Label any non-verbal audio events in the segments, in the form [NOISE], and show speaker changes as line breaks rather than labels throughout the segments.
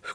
不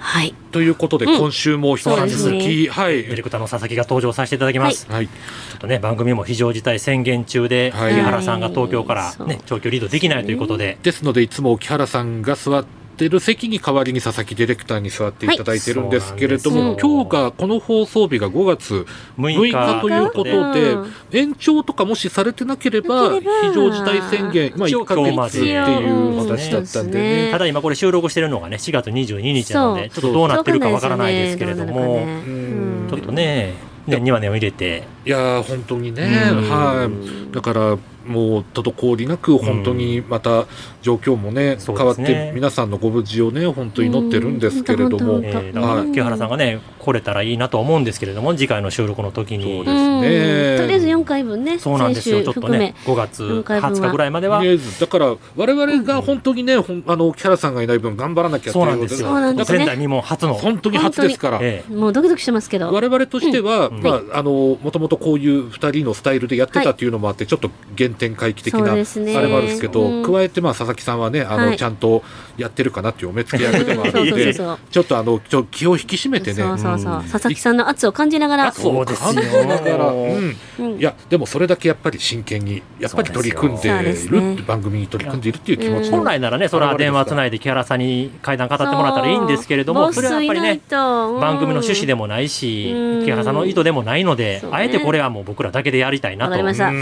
はい
ということで、今週も一
そう
段
ですね
続き、はい。
ディレクターの佐々木が登場させていただきます、
はい。
ちょっとね番組も非常事態宣言中で、
はい
木原さんが東京か
はい
ら
そ、う
ね、長距離移動できないということで
ですので、いつも木原さんが座ってる席に代わりに佐々木ディレクターに座っていただいてるんですけれども、
はいそう
今
なんですよ
日が、この放送日が5月
6
6
日
日ということ
6
で
日、
延長とかもしされてなければ、
なけ
非
れば
常事態宣言、まあ
一応
1ヶ月
今日ま
って
で
いう話だったんでね。
ただ今これ収録してるのがね4月22日なのでち
そ
ょっとどうなってるかわからないですけれども、
うん
ちょっとねねにわねを入れて
いやー本当にね、
うん
はい、だからもう滞りなく本当にまた状況もね、
そ
変
うですね
わって皆さんのご無事をね本当祈ってるんですけれども、
うん
え
本
ーだから
はい
木原さんがね来れたらいいなと思うんですけれども次回の収録の時に
そうですね
とりあえず4回分ね
そうなんですよ
先
ちょ
週
っと
含め
ね5月20日ぐらいまで
と
は
りあえずだから我々が本当にね、ほんあの木原さんがいない分頑張らなきゃって
そ
いう
なん
う
ですよ
そうなんですね
前代未聞初の、
本当に初ですから。
ええ
もうドキドキしてますけど
我々としては、
うん
まあ、あの、もともとこういう二人のスタイルでやってたっていうのもあって、ちょっと原点回帰的
そう
な、あれ
ですね
もあるんですけど、
うん
加えて、まあ、佐々木さんはね、あの、
はい
ちゃんとやってるかなっていうお目付け役でも
[LAUGHS]
あ
そう
る
そうそ
の
う
で、
そう
ちょっとあの、ちょ気を引き締めてね。
そうそうそう
うん
佐々木さんの圧を感じながら
圧を感じながら、うん
うん
いや、でもそれだけやっぱり真剣に、やっぱり取り組んで
そうです
い
よそうで
る、
すね
番組に取り組んでいるっていう気持ちの。
本来ならねそれは電話つないで木原さんに階段語ってもらったらいいんですけれどもそれはやっぱりね番
番
組の趣旨でもないし、
うん
木原さんの意図でもないので、
そうね
あえてこれはもう僕らだけでやりたいな
わか
と
りまし
頑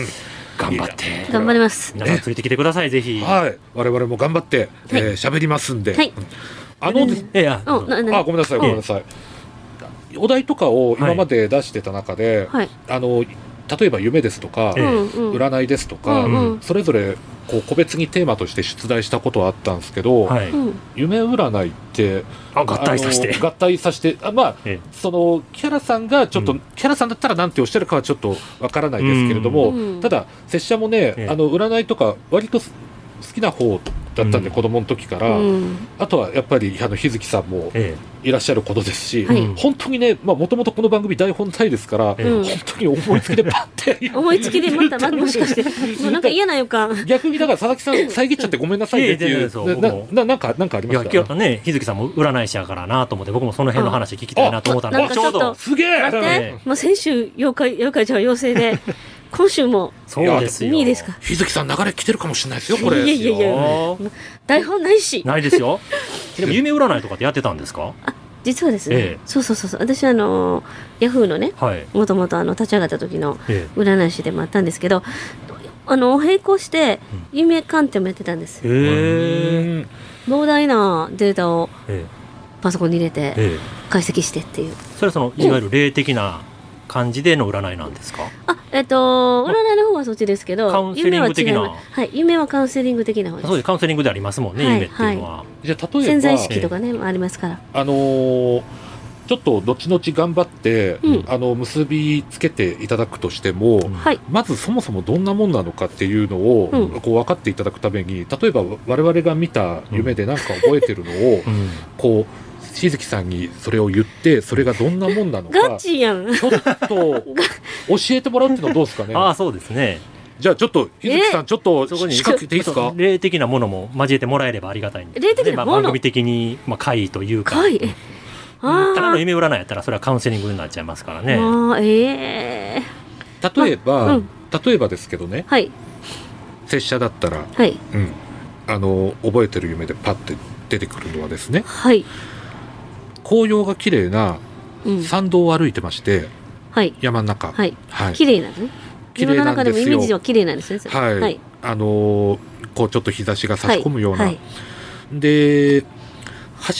た
うん
張って
頑張ります
皆さん連れてきてくださいぜひ、
はい。我々も頑張って、えー喋りますんで。
はい
あの、
い、や
うんなな
あ、ごめんなさい、ごめんなさい。お題とかを今まで出してた中で、
はい
あの、例えば夢ですとか、
ええ
うんうん
占いですとか、
うんうん
それぞれこう個別にテーマとして出題したことはあったんですけど、
はい
うん
夢占いって
あ合体させて
あの合体させてあまあ
え
そのキャラさんがちょっと、
うん
キャラさんだったらなんておっしゃるかはちょっとわからないですけれども、
うん
ただ拙者もね、
ええ
あの占いとか割とす好きな方だったんで、
うん
子供の時から、
うん
あとはやっぱりあの日月さんも
え
いらっしゃることですし、
はい
うん
本当にねまあもともとこの番組台本ないですから、
え
うん
本当に思いつきでパッ
[LAUGHS]
て
思いつきでまた、
[LAUGHS]
ま、もしかして、もうなんか嫌な予感。
逆にだから佐々木
[LAUGHS]
さん遮っちゃってごめんなさいねって
いえい
い
え
う
全然です
な
僕も
ななんかなんかあり
い
ま
や
し
今
た
日ね日月さんも占い師やからなと思って僕もその辺の話聞きたいなと思ったの
あ
で
あ
ちょう
なん
ど
か
すげえ
待っ
え
て、もう先週、妖怪、妖怪じゃん妖精
[LAUGHS]
で、今週も、
そうですよ
いいですか
日月さん流れ来てるかもしれないですよこ
い
れ
やいやいや、台本ないし。
ないですよでも夢占いとかってやってたんですか
実はですね、
ええ
そうそうそうそう、私あの、ヤフーのね、
はい
もともとあの、立ち上がった時の
え
占い師でもあったんですけど、あの、並行して、夢鑑定もやってたんです
え
よ。
うん
膨大なデータを
え
パソコンに入れ
え
て、
え
解析してっていう。
それはそのいわゆる霊的な感じでの占いなんですか
あ、えっと、占いの方はそっちですけ
カ
ど
ウ、ンセリング的な
夢は違いますはい、夢はカウンセリング的な方です
そう。ですカウンセリングでありますもんね、
はい
夢っていうのは、
じゃあ例え
潜在意
ば
識とかね、ありますから。
あのーちょっと後々頑張って、
うん
あの結びつけていただくとしても、
うん
はい。
まずそもそもどんなもんなのかっていうのを、
うん
こう分かっていただくために例えば我々が見た夢で何か覚えてるのを、
うん
こうしずきさんにそれを言ってそれがどんなもんなの
ガ
か
チやん。
ちょっと教えてもらうってのはどうですか
[LAUGHS]
ね
ああ、そうですね。
じゃあちょっとしずきさんちょっと
そこに
仕掛けていいです
ちょ
か
っと霊的なものも交えてもらえればありがたいんで。
霊的な
で
もの
まあ番組的に、まあ、会というか。
かい。えあ
ただの
ー
夢占いやったら、それはカウンセリングになっちゃいますからね。
あー、ええ
例えば、
まうん
例えばですけどね
はい、
拙者だったら、
はい、
うん、あの覚えてる夢でパッて出てくるのはですね
はい。
紅葉が綺麗な
うん。
参道を歩いてまして
はい、
山の中、
はい。
はい
綺麗なのね。
綺
自
麗
分の
なん
中で
で
も
すよ
イメージは綺麗なんですね。それ
はい
はい。
あのーこうちょっと日差しが差し込むような、
はい。
で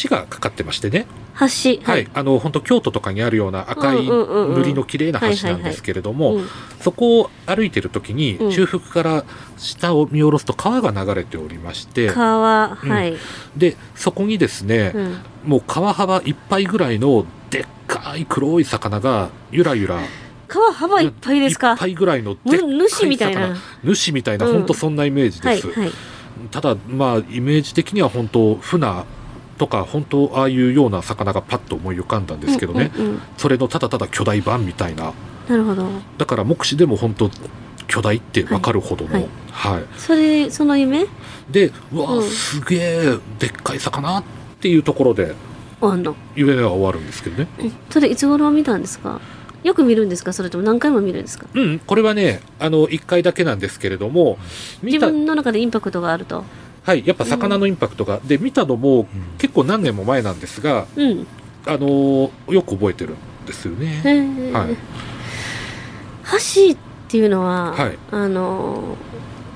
橋がかかってましてね、
橋。
はい。あの本当京都とかにあるような赤い
うんうんうんうん
塗りの綺麗な橋なんですけれども、
うん
そこを歩いてる時に
うん
中腹から下を見下ろすと川が流れておりまして、
川、はい。
でそこにですね、
うん
もう川幅いっぱいぐらいのでっかい黒い魚がゆらゆら
川幅いっぱいです
い
か
っぱいぐらいのでっ
ぬ
かい
主みたいな。
魚主みたいな
うん
本当そんなイメージ
は
で
い、
す、
はい。
ただまあイメージ的には本当船とか本当ああいうような魚がパッと思い浮かんだんですけどね、
うんうんうん
それのただただ巨大版みたいな
なるほど。
だから目視でも本当巨大ってわかるほどの、は
はいいそれ、その夢
でうわあ、
うん
すげえでっかい魚っていうところで
あんの。
夢は終わるんですけどね
それいつ頃見たんですかよく見るんですかそれとも何回も見るんですか
うんこれはねあの1回だけなんですけれども
自
見た、
分の中でインパクトがあると。
はい、やっぱ魚のインパクトが、で見たのも
うん
結構何年も前なんですが、
うん。
あのーよく覚えてるんですよね
へえ。
はい
橋っていうのは、
はい
あの、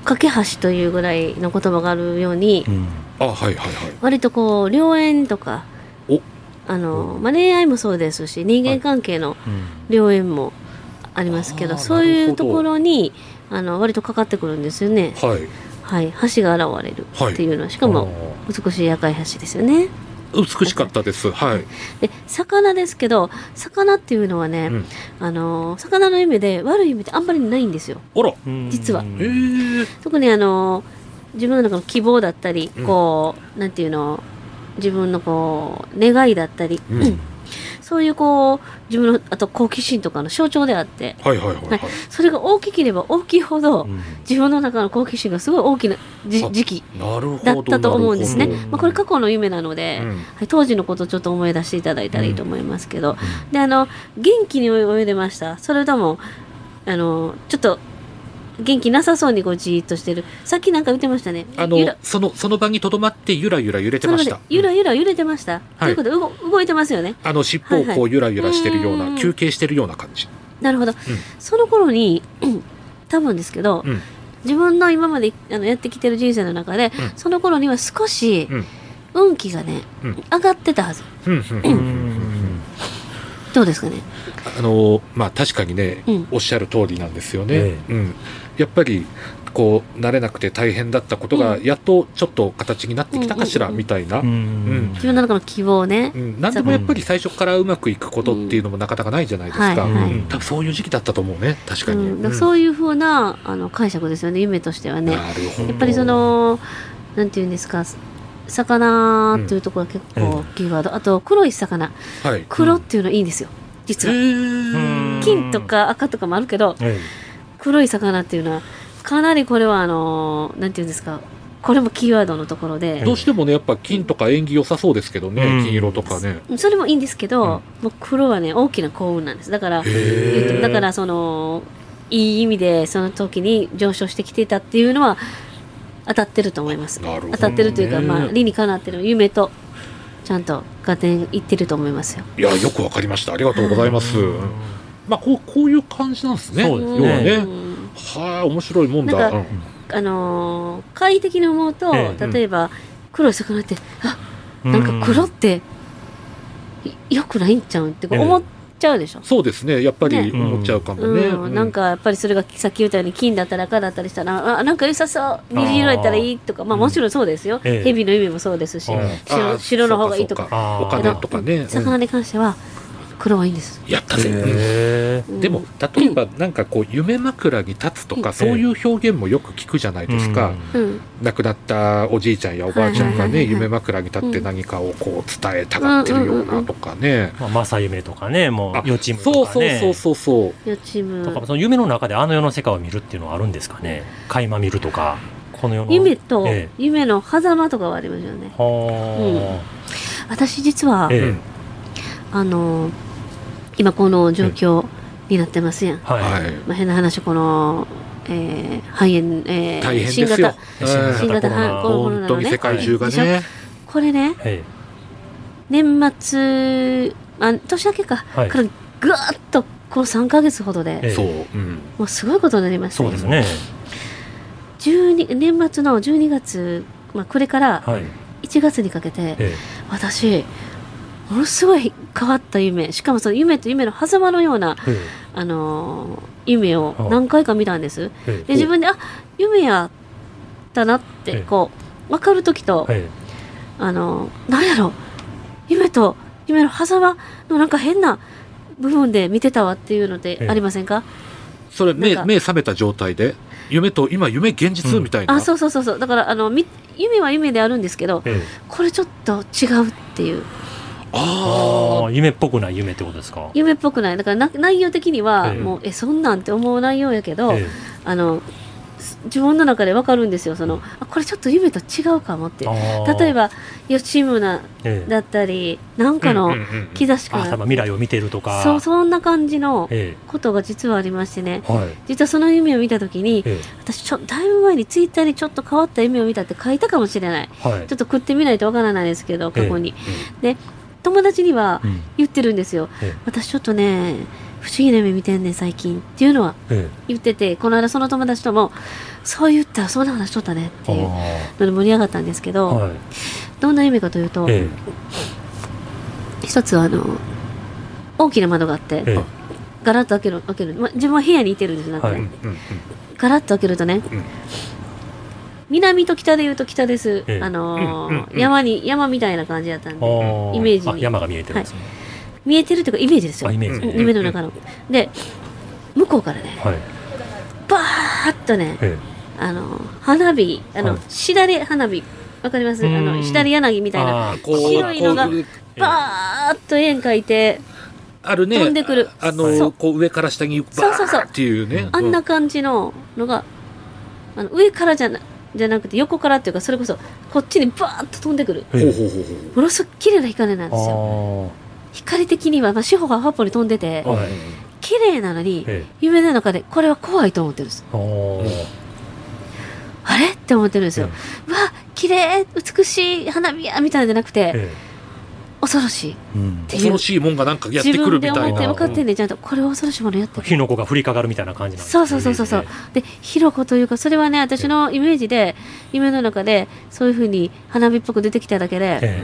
架け橋というぐらいの言葉があるように、
うん
あはいはいはい
割とこう、良縁とか
お、
あの、まあ、恋愛もそうですし、人間関係の
うん
良縁もありますけど、
あー
そう
ないる
う
ほど
ところに、あの、割とかかってくるんですよね。
はい
はい。橋が現れるっていうのは、しかも、美しい赤い橋ですよね。
あー美しかったですはい
で魚ですけど魚っていうのはね、
うん
あのー魚の夢で悪い夢ってあんまりないんですよ
あら
実は
うん
えー、
特にあのー自分の中の希望だったり、
うん
こうなんていうの自分のこう願いだったり、
うん
うんそういうこう自分のあと好奇心とかの象徴であって
はいはいはいはい、
はそれが大きければ大きいほど、
うん
自分の中の好奇心がすごい大きなじ
あ
時期
なるほど
だったと思うんですね
なるほ。
まあ、これ過去の夢なので、
どうん
はい、当時のことをちょっと思い出していただいたらいいと思いますけど、であの元気に泳いでましたそれともあのちょっと元気なさそうにこうじーっとしてるさっきなんか言ってましたね
あ
ゆ
の
ら
そのその場にとどまってゆらゆら揺れてまし
そ
た
の場でゆ
う
ら
ん
ゆら揺れてました、ということで動動いてますよね
あの尻尾を
はい
こ
は
うゆらゆらしてるような、
うん
休憩してるような感じ、
なるほど、その頃にうん多分ですけど、
うん
自分の今まであのやってきてる人生の中
う
で、
ん
その頃には少し
うん
運気がね、
うん
上がってたはず
うんうんうんうん
どうですかね
あのまあ確かにね、
うん
おっしゃる通りなんですよね、
え
うん、やっぱりこう慣れなくて大変だったことが、
うん
やっとちょっと形になってきたかしら、
うんうんうん
みたいな、う
うんん
自分の中の希望ね、
何でもやっぱり最初からうまくいくことっていうのもなかなかないじゃないですか、
うん
はいはい
うん多分そういう時期だったと思うね確かに、
うんだからそういうふうなあの解釈ですよね夢としてはね。
なるほど
やっぱりそのなんていうんですか魚っていうところが結構キーワード、あと黒い魚
はい
黒っていうのいいんですよ実は、
うん
金とか赤とかもあるけど
え
黒い魚っていうのはかなりこれはあのなんていうんですかこれもキーワードのところで、
どうしてもねやっぱ金とか縁起良さそうですけどね、
うん
金色とかね
それもいいんですけど、もう黒はね大きな幸運なんですだから
へ
だからそのいい意味でその時に上昇してきていたっていうのは当たってると思います、
なるほどね
当たってるというか、まあ、理にかなってる夢とちゃんと合点いってると思いますよ。
いやよくわかりましたありがとうございます、まあこうこういう感じなんですね
そうですね
要はね
うん
はい、面白いもんだ。
なんか
うん
あのー快適に思うと、
え
え
例えば黒い魚ってあ
うん
なんか黒ってよくないんちゃうんってこう
ええ
思っちゃうでしょ。
そうですね、やっぱり
ね
思っちゃうかもね。
うんなんかやっぱりそれがさっき言ったように金だったら赤だったりしたらあなんか良さそう虹色やったらいいとかまあもちろんそうですよ、
ええ
蛇の意味もそうですし
うん
あー
白白の方がいいとか
そうそう
あー
お金とかね。うん
魚に関しては、黒はいいんです。
やったぜ、
へ
でも例えばなんかこう夢枕に立つとかそういう表現もよく聞くじゃないですか、
うん。
亡くなったおじいちゃんやおばあちゃんが
はいはいはい
ね
はい
夢枕に立って何かをこう伝えたがってるようなとかね、
まあ、正夢とかね、もう、
あ
予知夢
そ
と
う
か
そう
ね。
そうそうそう
予知夢。
とか、その夢の中であの世の世界を見るっていうのはあるんですかね。垣間見るとか、この世の。
夢と
え
夢の狭間とかはありますよ
え
ね。
は
私実は
あ。、ええ
うん
あのー今この状況になってますやん。
はい。
はい
まあ、変な話、この、えー、肺炎、えー
大変
新
ですよ
型、
ええ
新型
新型
コロ
本
ナ
当
の
に
ね
世。界中が
はい
ね
これね、
え
年末、あ年明けか、
え。はい
か。らぐわーっとこの3ヶ月ほどで、
ええ
そう、うん、
もうすごいことになりました
そ
ね
うですね。
12年末の12月、まあ、これから
はい。
1月にかけて、
え
私ものすごい変わった夢しかもその夢と夢の狭間のような、
え。え
あのー夢を
はい
何回か見たんです
え。え
で自分であ夢やったなって
ええ
こう分かる時と、
え。え
あのー何やろ夢と夢の狭間のなんか変な部分で見てたわっていうので
ええ
ありませんか、
それ目
なんか
目覚めた状態で夢と今夢現実
うん
みたいな、
あそうそうそうそうだからあのみ夢は夢であるんですけど
え。え
これちょっと違うっていう
あ
ああ、夢っぽくない夢ってことですか。
夢っぽくないだからな内容的には
ええ
もう、えそんなんって思う内容やけど、
え
あのす自分の中で分かるんですよそのあこれちょっと夢と違うかもって
え。ああ
例え。ば吉村
ええ。
だったりなんか
う
の
んうんうん
兆しか
あ、
な
多分未来を見てるとか。
そうそんな感じの
え
ことが実はありましてね
え。はい。
実はその夢を見た時に
え
私ちょだいぶ前にツイッターにちょっと変わった夢を見たって書いたかもしれない
え。はい
ちょっ。と食ってみないとわからないですけど過去に、
え
で友達には
うん。
言ってるんですよ、
ええ
私ちょっとね不思議な夢見てんねん最近っていうのは
ええ。
言っててこの間その友達ともそう言ったらそんな話しとったねっていう
あ
ので盛り上がったんですけ
あ。
ど、
はい。
どんな夢かというと、
え
一つはあの大きな窓があって、
え。ええ。
ガラッと開ける開ける、まあ、自分は部屋にいてるんですなんかね、
はい
うんうん
ガラッと開けるとね、
ん
南と北で言うと北です、
ええ
あのー
うんうんうん
山に山みたいな感じだったん
あ
で
あ。
イメージに
あ山が見えてるんですね。
見えてるというかイメージですよ
あ、イメージ
うん
ね。
夢の中ので向こうからね
はい。
バーッとね
え
あの花火あの、
はい
しだれ花火わかりますあ
う
の
ん
しだれ柳み
え。
たいな
ああ、こ
こう
白いのが
こう
バーッと円描いて
あるね
飛んでくる
あ
そ
の
う
こう上から下にバ
そうそうそう
ーっていうね
あんな感じののがあの上からじゃなじゃなくて横からっていうかそれこそこっちにバーッと飛んでくる
う。
ほう
え
ほうほうほ
ものすごく綺麗な光なんですよ
え。
光的には、まあ、四方が八方に飛んでて
ああ。はい。
綺麗なのに
ええ。
夢の中でこれは怖いと思ってるんです
ああ。
あれって思ってるんですよ、
え
うわ綺麗美しい花火やみたいなんじゃなくて、
え
恐ろしいっ
え。うん。
て
う恐
いう
ろしいもんがなんかやって
自
くる
分
み
で
たい
思って
な
分かってんねんちゃんとこれは恐ろしいものやってる
火の粉が降りかかるみたいな感じなんです
そうそうそうそうそう。で、ひろこというか、それはね、私のイメージで、夢の中で、そういうふうに花火っぽく出てきただけで、
え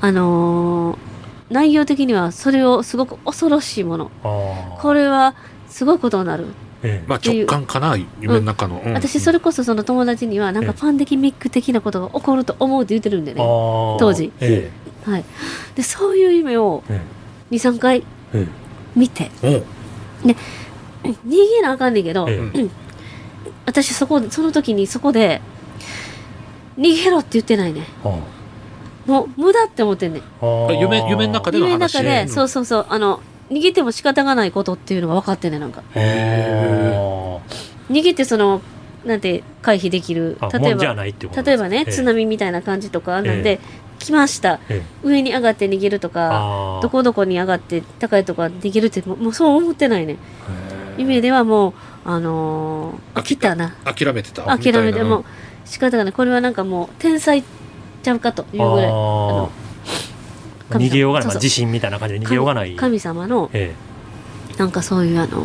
あのー内容的にはそれをすごく恐ろしいもの。
え。ああ。
これは、すごいことになる。
ええ。
まあ直感かな夢の中の、うん
私、それこそその友達には、なん
ええ
かパンデミック的なことが起こると思うって言ってるんでね。
ああ。
当時
え
はい。で、そういう夢を
え。え
2、3回
え。え
見て、
うん
逃げなあかんねんけど、
え。ええ。
私そこ、その時にそこで、逃げろって言ってないね。
あ
もう、無駄って思ってんねん。
あああ。
夢夢の中での
夢の
話
中で、そううそうそう、あの、逃げても仕方がないことっていうのが分かってんねん、なんか。
へえ。
逃げてその、なんて、回避できる。
あ、
例
も
え
んじゃ
ば、
ないってこと
例えばね、津
つな
波みたいな感じとか、なん
え
で、来ました。
え
上に上がって逃げるとか、
ああ。
どこどこに上がって高いとこ逃げるって、もうもうそう思ってないねん。夢ではもう、あのー、
あ
飽きたな。
諦めてた
諦めて、
みたいな
もう仕方がない。これはなんかもう、天才ちゃうかというぐらい。
あ
の
あ。逃げようがない。まあ
そうそう
地震みたいな感じで逃げようがない。
神様の、
え
なんかそういう、あのー、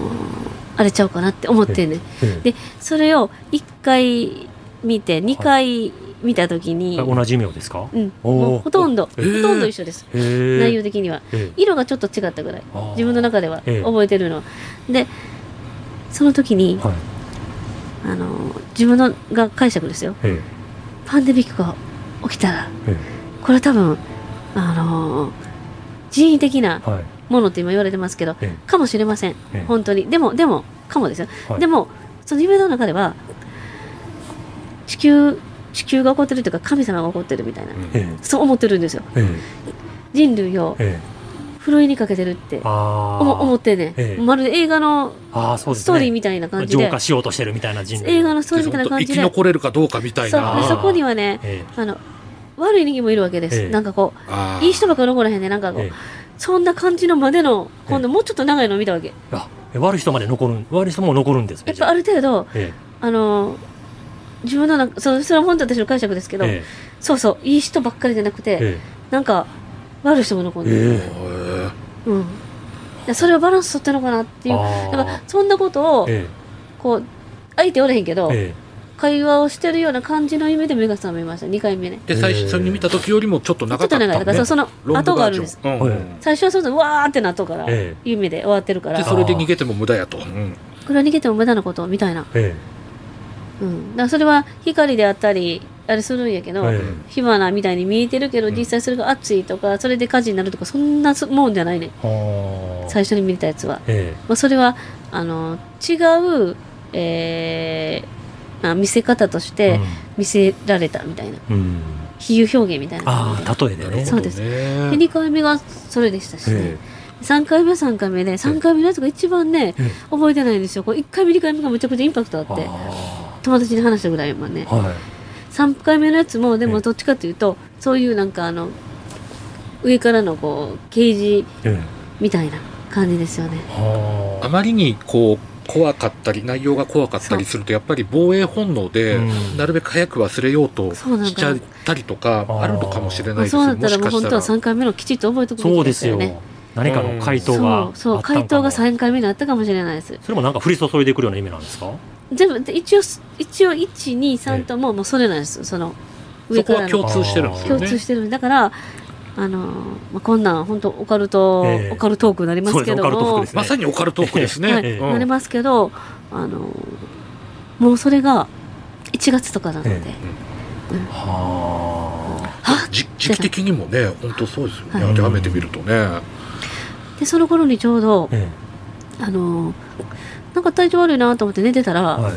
あれちゃうかなって思ってんねん。
え。ええ
でそれを1回見て2回見た時に、
あ同じ夢をですか
うん、
おー
もうほとんど、
えー
ほとんど一緒です、
へ
内
え
容。的には
ええ。
色がちょっと違ったぐらい
あー
自分の中では
ええ
覚えてるのは、でその時に、
はい。
あのー自分のが解釈ですよ
え
パンデミックが起きたら
え。え
これは多分あのー人為的な
え。はい。
ものって今言われてますけど、
え
かもしれません、
ええ
本当にでもでもかもですよ、
はい
でもその夢の中では地球地球が起こってるというか神様が起こってるみたいな、
ええ
そう思ってるんですよ
ええ
人類を
ええ
ふるいにかけてるって
あ
思思ってね、
ええ
まるで映画の
ああそうですね
ストーリーみたいな感じで
浄化しようとしてるみたいな人類
映画のストーリーみたいな感
生
じで
き残れるかどうかみたい
そう
な
でそこにはね
え
あの悪い人間もいるわけです、
ええ
なんかこ
あ
う
ー
いい人ばっか残らへんねなんか
え
こう、
ええ
そんな感じのまでの今度もうちょっと長いのを見たわけ
あえ悪い人まで残るん悪い人も残るんですね
やっぱある程度
じゃあえ
あの自分の中そうそれは本当私の解釈ですけ
え
ど、
え
そうそういい人ばっかりじゃなくて、
え
なんか悪い人も残る、
え
へ
え
うんいやそれはバランス取ってるのかなっていう
あー
だからそんなことを、
え
こう相手おれへんけど、
ええ
会話をしてるような感じの夢で目が覚めました2回目ね
えで最初に見た時よりもちょっと
ちょっ
長か
と
った
長いだからそうその
ロング
後が
バ
あ
ー
る
ジ
んです
ョンう
はい
ん
最初はそうだわーってなっとから、
え
夢で終わってるから
でそれで逃げても無駄やと、うん
これは逃げても無駄なことみたいな、
ええ
うん、だからそれは光であったりあれするんやけど、
え
火花みたいに見えてるけど実際それが熱いとかそれで火事になるとかそんなそもんじゃないね
えはあ
最初に見たやつは、
え
まあ、それはあの違う、えーまあ、見せ方とし
え
て見せられたみたいな、
うんうん
比喩表現みたいな
あ
感
あ例えで
なるほどね
ね
そうですじで2回目がそれでしたし、ね
え
3回目は3回目で3回目のやつが一番ね、
え
覚えてないんですよこれ1回目2回目がめちゃくちゃインパクトあって
あ
友達に話したぐらいまでね
あはい
3回目のやつもで
ええ
もどっちかというとそういうなんかあの上からのこうケージ
ええ
みたいな感じですよね
は
あまりにこう怖かったり内容が怖かったりするとやっぱり防衛本能で
うん
なるべく早く忘れようと
そうなんか
しちゃったりとか
あー
あるのかもしれない
まあ、
です
そうなった
も
ら
し
もう
かし
本
た
当は
ら
3回目のきちっと覚えておくべき
そうですよ
たね
何かの回答があったんか
そ
も
うそう回答が3回目になったかもしれないです
それもなんか降り注いでくるような意味なんですか
全部で一応一応123とももうそれなんですよその上
そこ
か
は
らの
共通してるんですよ
共
ね
通してるんでだからあの、まあ、こんなん本当オカルト、
ええ
オカルトークになりますけ
そうで
ど
すオカルトトーク
も
ですね
まさにオカルトークです
は
ね、
い
ええ
なり
うん
ますけどあのもうそれが1月とかなので、
えは
はっ
じ時期的にもね本当そうですよね、
はい
当てはめてみるとね、
でその頃にちょうど
あえ
あのなんか体調悪いなと思って寝てたら、
えはい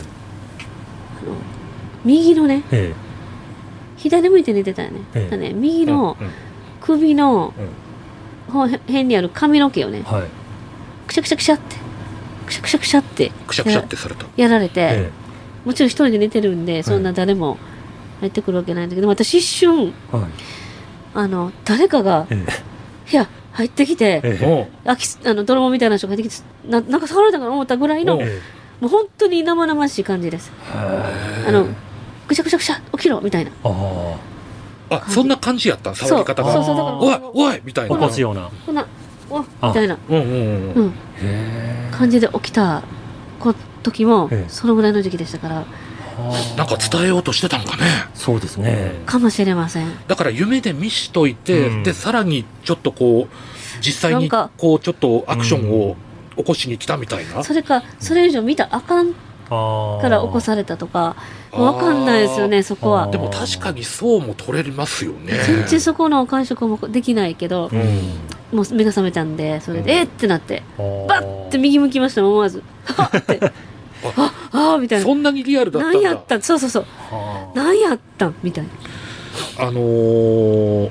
右のね
え
左向いて寝てたよね,、
ええ
ね右の
うんうん
首の
うん
ほ辺にある髪の毛をね
えはい
くしゃくしゃくしゃってくしゃくしゃくしゃって
くしゃくしゃってされた
やられて、
え
もちろん一人で寝てるんでそんな誰も入ってくるわけないんだけど私一瞬
えはい
あの誰かが
え
部屋入ってきて、
えええ
おう
空き巣あの泥棒みたいな人が出てきてななんか触られたかな思ったぐらいの
お
も
え
う本当に生々しい感じですあのぐしゃぐしゃぐしゃ起きろみたいな
ああ
あそんな感じやった触
そ
り
うそう
方
そう
が
だから
おいおいみたい
起
な
こすような
こんなおみ
あ
たいな、
うんうんう
うんん、感じで起きたこ時も
ええ
そのぐらいの時期でしたから
なんか伝えようとしてたのかね
そうですね
かもしれません
だから夢で見しといて、
うん
でさらにちょっとこう実際
なん
に
か
こうちょっとアクションを起こしに来たみたいな、
それかそれ以上見たらあかん
ああ
から起こされたとか
あー
わかんないですよねそこ
あ
は
ー
でも確かにそうも取れますよね
全然そこの解釈もできないけど
うん
もう目が覚めたんでそれで、
うん
えっってなって
あー
バッて右向きました思わ
[LAUGHS]
ずあっってああーみたいな
そんなにリアルだったんだ
何やったんそうそうそう
はあ
何やったんみたいな
あのー、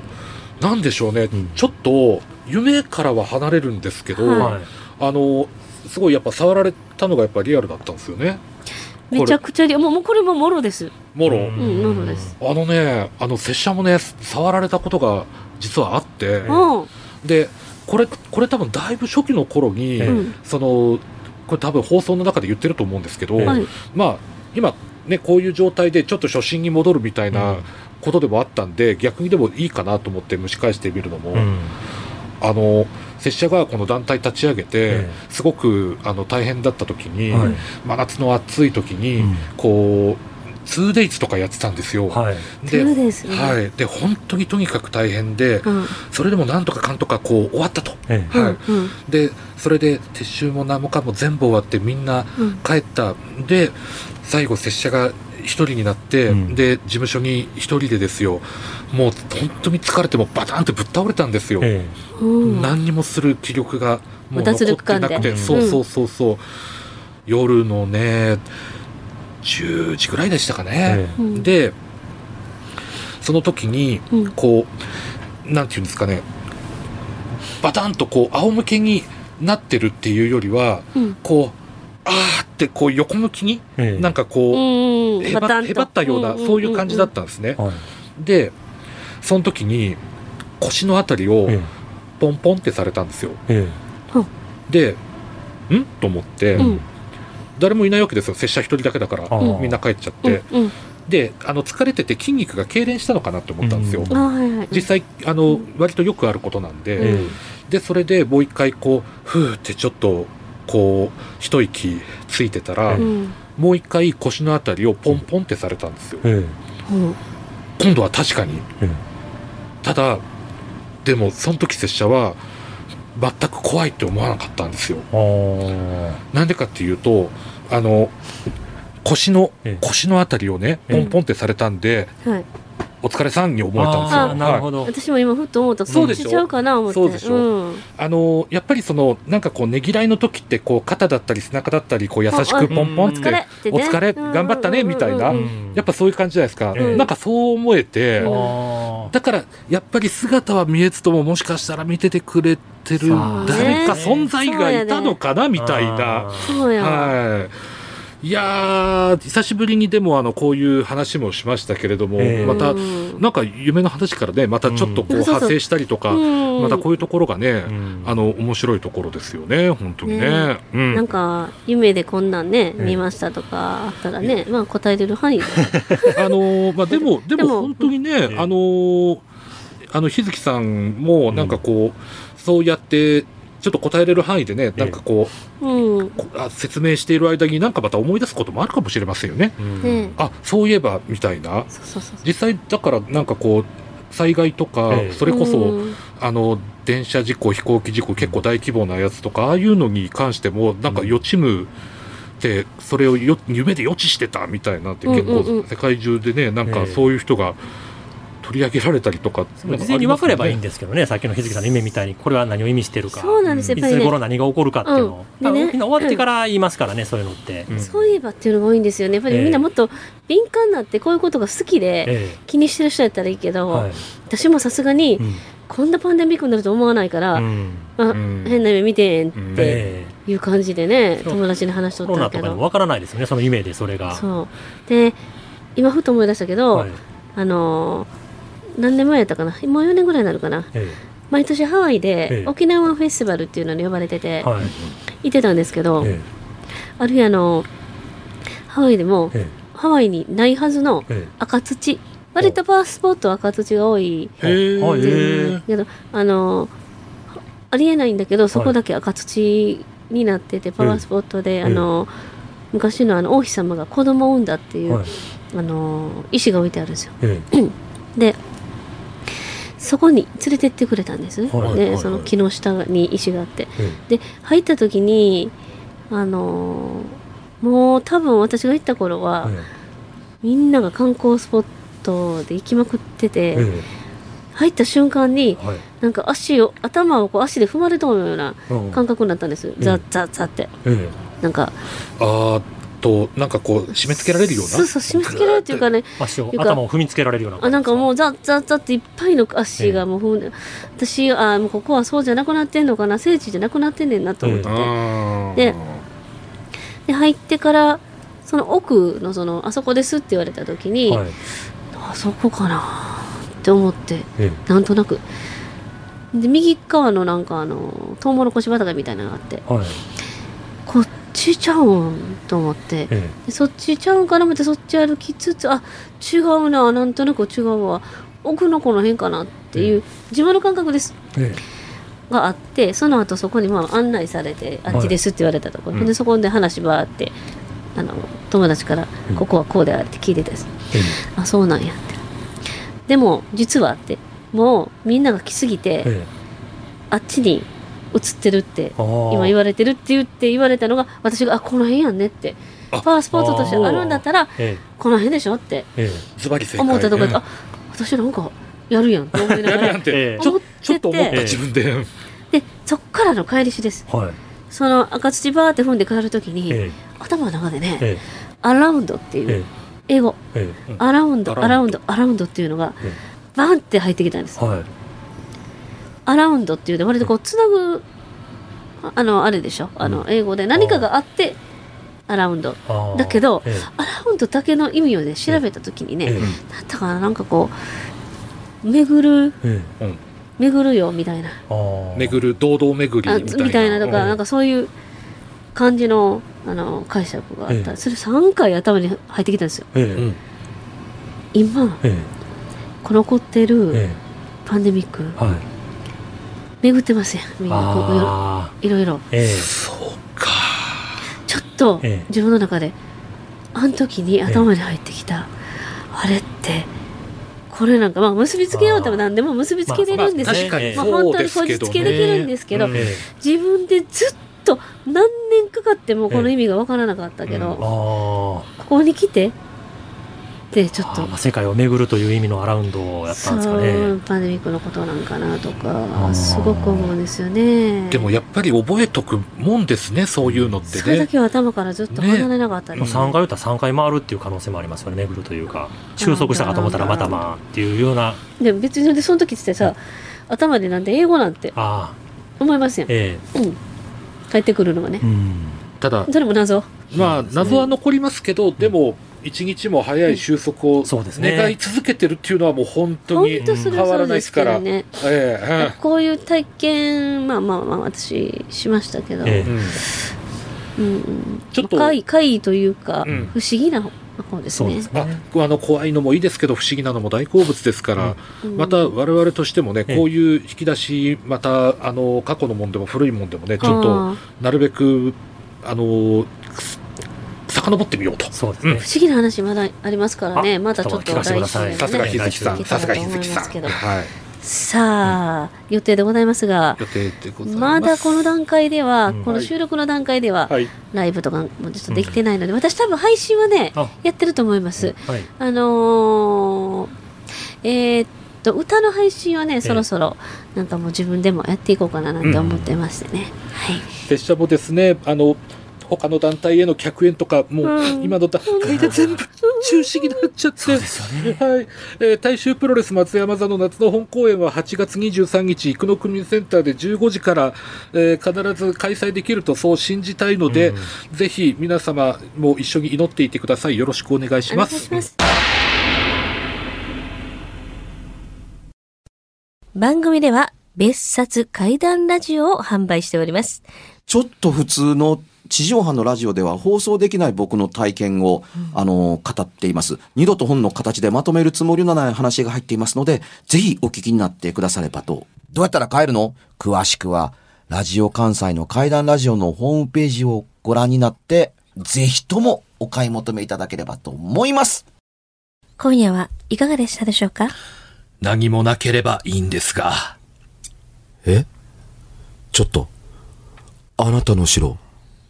なんでしょうね、
ん
ちょっと夢からは離れるんですけど、
はい
はい
あのーすごいやっぱ触られたのがやっぱリアルだったんですよね
めちゃくちゃリもうもうこれももろです
もろ、
う
うん
んもろです
あのねあの拙者もね触られたことが実はあって
う、ん
でこれこれ多分だいぶ初期の頃に、
え
う
え
ん
そのこれ多分放送の中で言ってると思うんですけど、
ええ
はい
まあ今ねこういう状態でちょっと初心に戻るみたいなことでもあったんで、逆にでもいいかなと思って蒸し返してみるのも、
うん
あの拙者がこの団体立ち上げて、
え
すごくあの大変だった時に、
はい
真夏の暑い時に、
うん
こう 2days とかやってたんですよ。
はい
で
そうですね
はい、で本当にとにかく大変で、
うん
それでもなんとかかんとかこう終わったと、
ええ
はい、
うんうん
でそれで撤収も何もかも全部終わってみんな
うん
帰ったで最後拙者が一人になって、
うん
で事務所に一人でですよもう本当に疲れてもバタンってぶっ倒れたんですよ、
え
うん
何にもする気力がもう
また
残
脱
って
力感
な
で
くて、
うん
そうそうそうそう、夜のね10時ぐらいでしたかね
え、
ええ
でその時に
うん
こう、なんていうんですかねバタンとこう仰向けになってるっていうよりは
うん
こうあーってこう横向きに、
ええ
なんかこう、
うん
へばへばったような、そういう感じだったんですね。
はい
で、その時に腰のあたりを
え
ポンポンってされたんですよ。
え
で、んと思って、
うんうん
誰もいないわけですよ。拙者一人だけだから
ああ、
みんな帰っちゃって。
うんうん
で、あの疲れてて筋肉が痙攣したのかなって思ったんですよ。
うん
あはいはい
実際、あの、
うん
割とよくあることなん
え
で、
え
で、それでもう一回こう、ふーってちょっと、こう、一息ついてたら、
う
うん
もう一回腰のあたりをポンポンってされたんですよ。
ええ
うん
今度は確かに
ええ
ただでもその時拙者は全く怖いって思わなかったんですよ
ああ
なんでかっていうとあの腰の、
ええ
腰のあたりをね
ええ
ポンポンってされたんで、
はい
お疲れさんに思えたんですよ
ああなる
はい
ほど、
私も今ふっと思った
そう
そ
で
っ
しょ
ちちゃうかな思って
そうでしょ
うん
あのやっぱりそのなんかこうねぎらいの時ってこう肩だったり背中だったりこう優しくポンポンっ
お
て、
疲れってね
お疲れ頑張ったねみたいな
うん
う
うんうん
ん
やっぱそういう感じじゃないですか、
ええ
なんかそう思えて、
うん
あ
だから、やっぱり姿は見えずとももしかしたら見ててくれてる
そうね
誰か存在がいたのかな、み
ー
たいな。
あ
そうやわ
はい。いやー、久しぶりにでもあの、こういう話もしましたけれども、
ええ
また
う、ん
なんか夢の話からね、またちょっとこう
うんそうそう
派生したりとか、
うん
またこういうところがね、
ーうん
あの、面白いところですよね、本当にね。
ね
う
なん
ん。
か夢でこんなんね、
ええ
見ましたとかあったらね、まあ答えれる
[LAUGHS]
範囲で。
あのーまあ、で [LAUGHS] も、で
で
も
も
本当にね、
え
あのーあの、日月さんも、なんかこう、そうやって、ちょっと答えれる範囲でね、なんかこう、
うん。
こあ説明している間になんかまた思い出すこともあるかもしれませんよね。
うん
ね
あ、そういえば、みたいな。
そうそうそうそう。
実際、だからなんかこう、災害とか、
ええ
それこそ、
うん
あの、電車事故、飛行機事故、結構大規模なやつとか、ああいうのに関しても、なんか予知夢って、それをよ夢で予知してたみたいなんて、
うんう
結
んうん
構世界中でね、なん
え
か
え
そういう人が取り上げられたりとか、
まあ事前に分かればいいん
だ。
ですけどね、さっきの日月さんの夢みたいに、これは何を意味してるか、
そうなんですよ、
い
やっぱ
つ
り
頃
ね。
何が起こるかっていうのを、
うんでね
あみんな終わってから言いますからね、そういうのって。
うん
そういえばっていうのが多いんですよね。やっぱりみんなもっと敏感になってこういうことが好きで
え
気にしてる人やったらいいけ
え
ど、
はい
私もさすがに
うん
こんなパンデミックになると思わないから、
うん
あ、
うん
変な夢見てんっ
うん
て
ええ
いう感じでね、
そう
友達に話しと
コロナ
ったけ
とかでも
ど。
分からないですよね、その夢でそれが。
そう。で、今ふと思い出したけど、
はい
あのー何年前やったかなもう4年ぐらいになるかな
え
毎年ハワイ
え
で
え
沖縄フェスティバルっていうのに呼ばれて
え
て
はい
行ってたんですけど、
え
ある日あのハワイでも
ええ
ハワイにないはずの
ええ
赤土割とパワースポットは赤土が多い
へー
はいええ
けどあのーありえないんだけどそこだけ赤土になっててパワースポットで、
え
あのー昔のあの王妃様が子供を産んだっていう、
はい
あのー石が置いてあるんですよ。
え
でそこに連れてってくれたんです、
はい
で
はい
その木の下に石があって
ええ
で入った時にあのーもう多分私が行った頃は、
え
みんなが観光スポットで行きまくってて、
ええ
入った瞬間に
えはい
なんか足を頭をこう足で踏まれたような
うん
感覚になったんです、
ん
ザッザッザッって
ええ
なんか
あーっと、なんかこう、締め付けられるような。
そうそう締め付けられるっていうかね
足を
いうか
頭を踏みつけられるような
あなんかもうザッザッザッっていっぱいの足
ええ
がもう踏んで、私あもうここはそうじゃなくなってんのかな聖地じゃなくなってんねんなと思ってて、
あー
でで入ってからその奥のそのあそこですって言われた時に、
はい
あそこかなって思って
え
なんとなくで右側のなんかあのトウモロコシ畑みたいなのがあって
えはい
こっちちゃうんと思って
え
でそっちちゃうんかな思ってそっち歩きつつあ違うななんとなく違うわ奥のこの辺かなっていう、
う
自分の感覚です
ええ
があってその後そこにまあ案内されてあっちですって言われたところ、
はい
でそこで話ばーってあの友達から
うん
ここはこうであるって聞いてたんです、
え
あそうなんやってでも実はってもうみんなが来すぎて、
えええ
あっちに移ってるって
ああ
今言われてるって言って言われたのが私があこの辺やんねってパスポートとしてあるんだったら
え
この辺でしょって
ええ
ズバリ正解
思ったところで、
うん
あ私なんかやるやんって思いな
や
が
るやん
ら
っ
え
て
え
ちょちょっと思っ
思って
た自
て
分で
でそっからの帰りしです
えはい
その赤土バーって踏んで帰るときに、
え
頭の中でね、
ええ
アラウンドっていう
え
英語、
えええ
アラウンド
アラウンド
アラウンドアラウンドっていうのが
え
バンって入ってきたんです、
はい
アラウンドっていうのは割とこうつなぐああのあれでしょあの英語で何かがあってアラウンド
あー
だけど
え
アラウンドだけの意味をね調べた時に
ええ
ね、なんだかななんかこう巡る
えええ
巡るよみたいな
あー
巡る堂々巡
あ
りみたいな
みたいなとか、
うん
なんかそういう感じのあの解釈があった、
ええ
それ3回頭に入ってきたんですよ
ええ
うん
今
ええ
この起こってる
え
パンデミック、
えはい
巡ってますやんみんなこういろ
あ
いろいろ
ーええ
そうか
ちょっと
ええ
自分の中であの時に頭に入ってきた、あれってこれなんかまあ結びつけようとも何でも結びつけれるんです
まあ確
よ、
かに
まあ
そ
本
う
当
で
に
す
こ
け
じ
ど
つ
ね
けできるんですけど、
うん
ええ
自分でずっと何年かかってもこの意味が分からなかったけど、
うん
あー
ここに来てでちょっ
あ
と
ーまあ世界を巡るという意味のアラウンドをやったんですか
そう
ね
パンデミックのことなんかなと
あー
かすごく思うんですよね。
でもやっぱり覚えとくもんですねそういうのって
それだ
ね
けは頭からずっと離れなかった
ね
で
まあ
す、
3回言ったら3回回るっていう可能性もありますよね巡るというか収束したかと思ったらまたまあっていうような
でも別にでその時ってさ頭でなんで英語なんて
あ
思いますよ
ー、え
うん、帰ってくるのがね
えうん
ただ
それも謎
まあ謎は残りますけどでも一日も早い収束を
そうですね
願い続けてるっていうのはもう本当
本
に
当それ
変
は
わら
そう
ない
で
ですす
け
から
どね
ええ
こういう体験まあまあまあ私しましたけど、
え
ええうん
うんうん、
ちょっと
怪怪というか、
うん
不思議な方です
そう
ね
ですね
ああの怖いのもいいですけど不思議なのも大好物ですから、
うん
また我々としてもね
ええ
こういう引き出しまたあの過去のもんでも古いもんでもねちょっと
あー
なるべくあのす遡ってみようと
そうですね、
うん
不思議な話まだありますからね
あ
まだちょっと
ちょっと聞かせてくだ
来週
さす
さい
でもね
が日
ひ
月さん
聞け
さ
た
すが
らと
日
思いま
月さん
すけど
はい
さあ、予定でございますが
予定でございます
まだこの段階では、
うん
この収録の段階では、
はい
ライブとかもちょっとできてないので、私多分配信はね
あ
やってると思います、
はい
あのーえーっと歌の配信はねそろそろなんかもう自分でもやっていこうかななんて思ってましてね、はい
拙者もですねあの他の団体への客演とかもう
うん
今の段階で全部中止になっちゃって
そうですよね
はい、えー大衆プロレス松山座の夏の本公演は8月23日生野区民センターで15時から、えー必ず開催できるとそう信じたいので、ぜひ皆様も一緒に祈っていてくださいよろしくお願いし
お
ま
願いし
す
ます
番組では別冊怪談ラジオを販売しております。
ちょっと普通の地上波のラジオでは放送できない僕の体験を、あの、語っています。二度と本の形でまとめるつもりのない話が入っていますので、ぜひお聞きになってくださればと。どうやったら帰るの詳しくは、ラジオ関西の怪談ラジオのホームページをご覧になって、ぜひともお買い求めいただければと思います。
今夜はいかがでしたでしょうか
何もなければいいんですが
えちょっと、あなたの後ろ、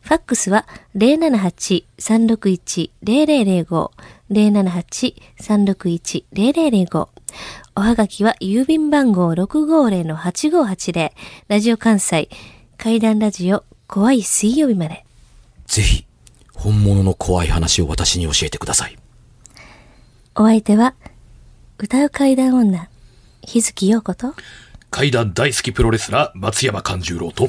ファックスは、078-361-0005、078-361-0005。おはがきは、郵便番号650-8580、ラジオ関西、階段ラジオ、怖い水曜日まで。
ぜひ、本物の怖い話を私に教えてください。
お相手は、歌う怪談女、日月陽子と、
怪談大好きプロレスラー松山勘十郎と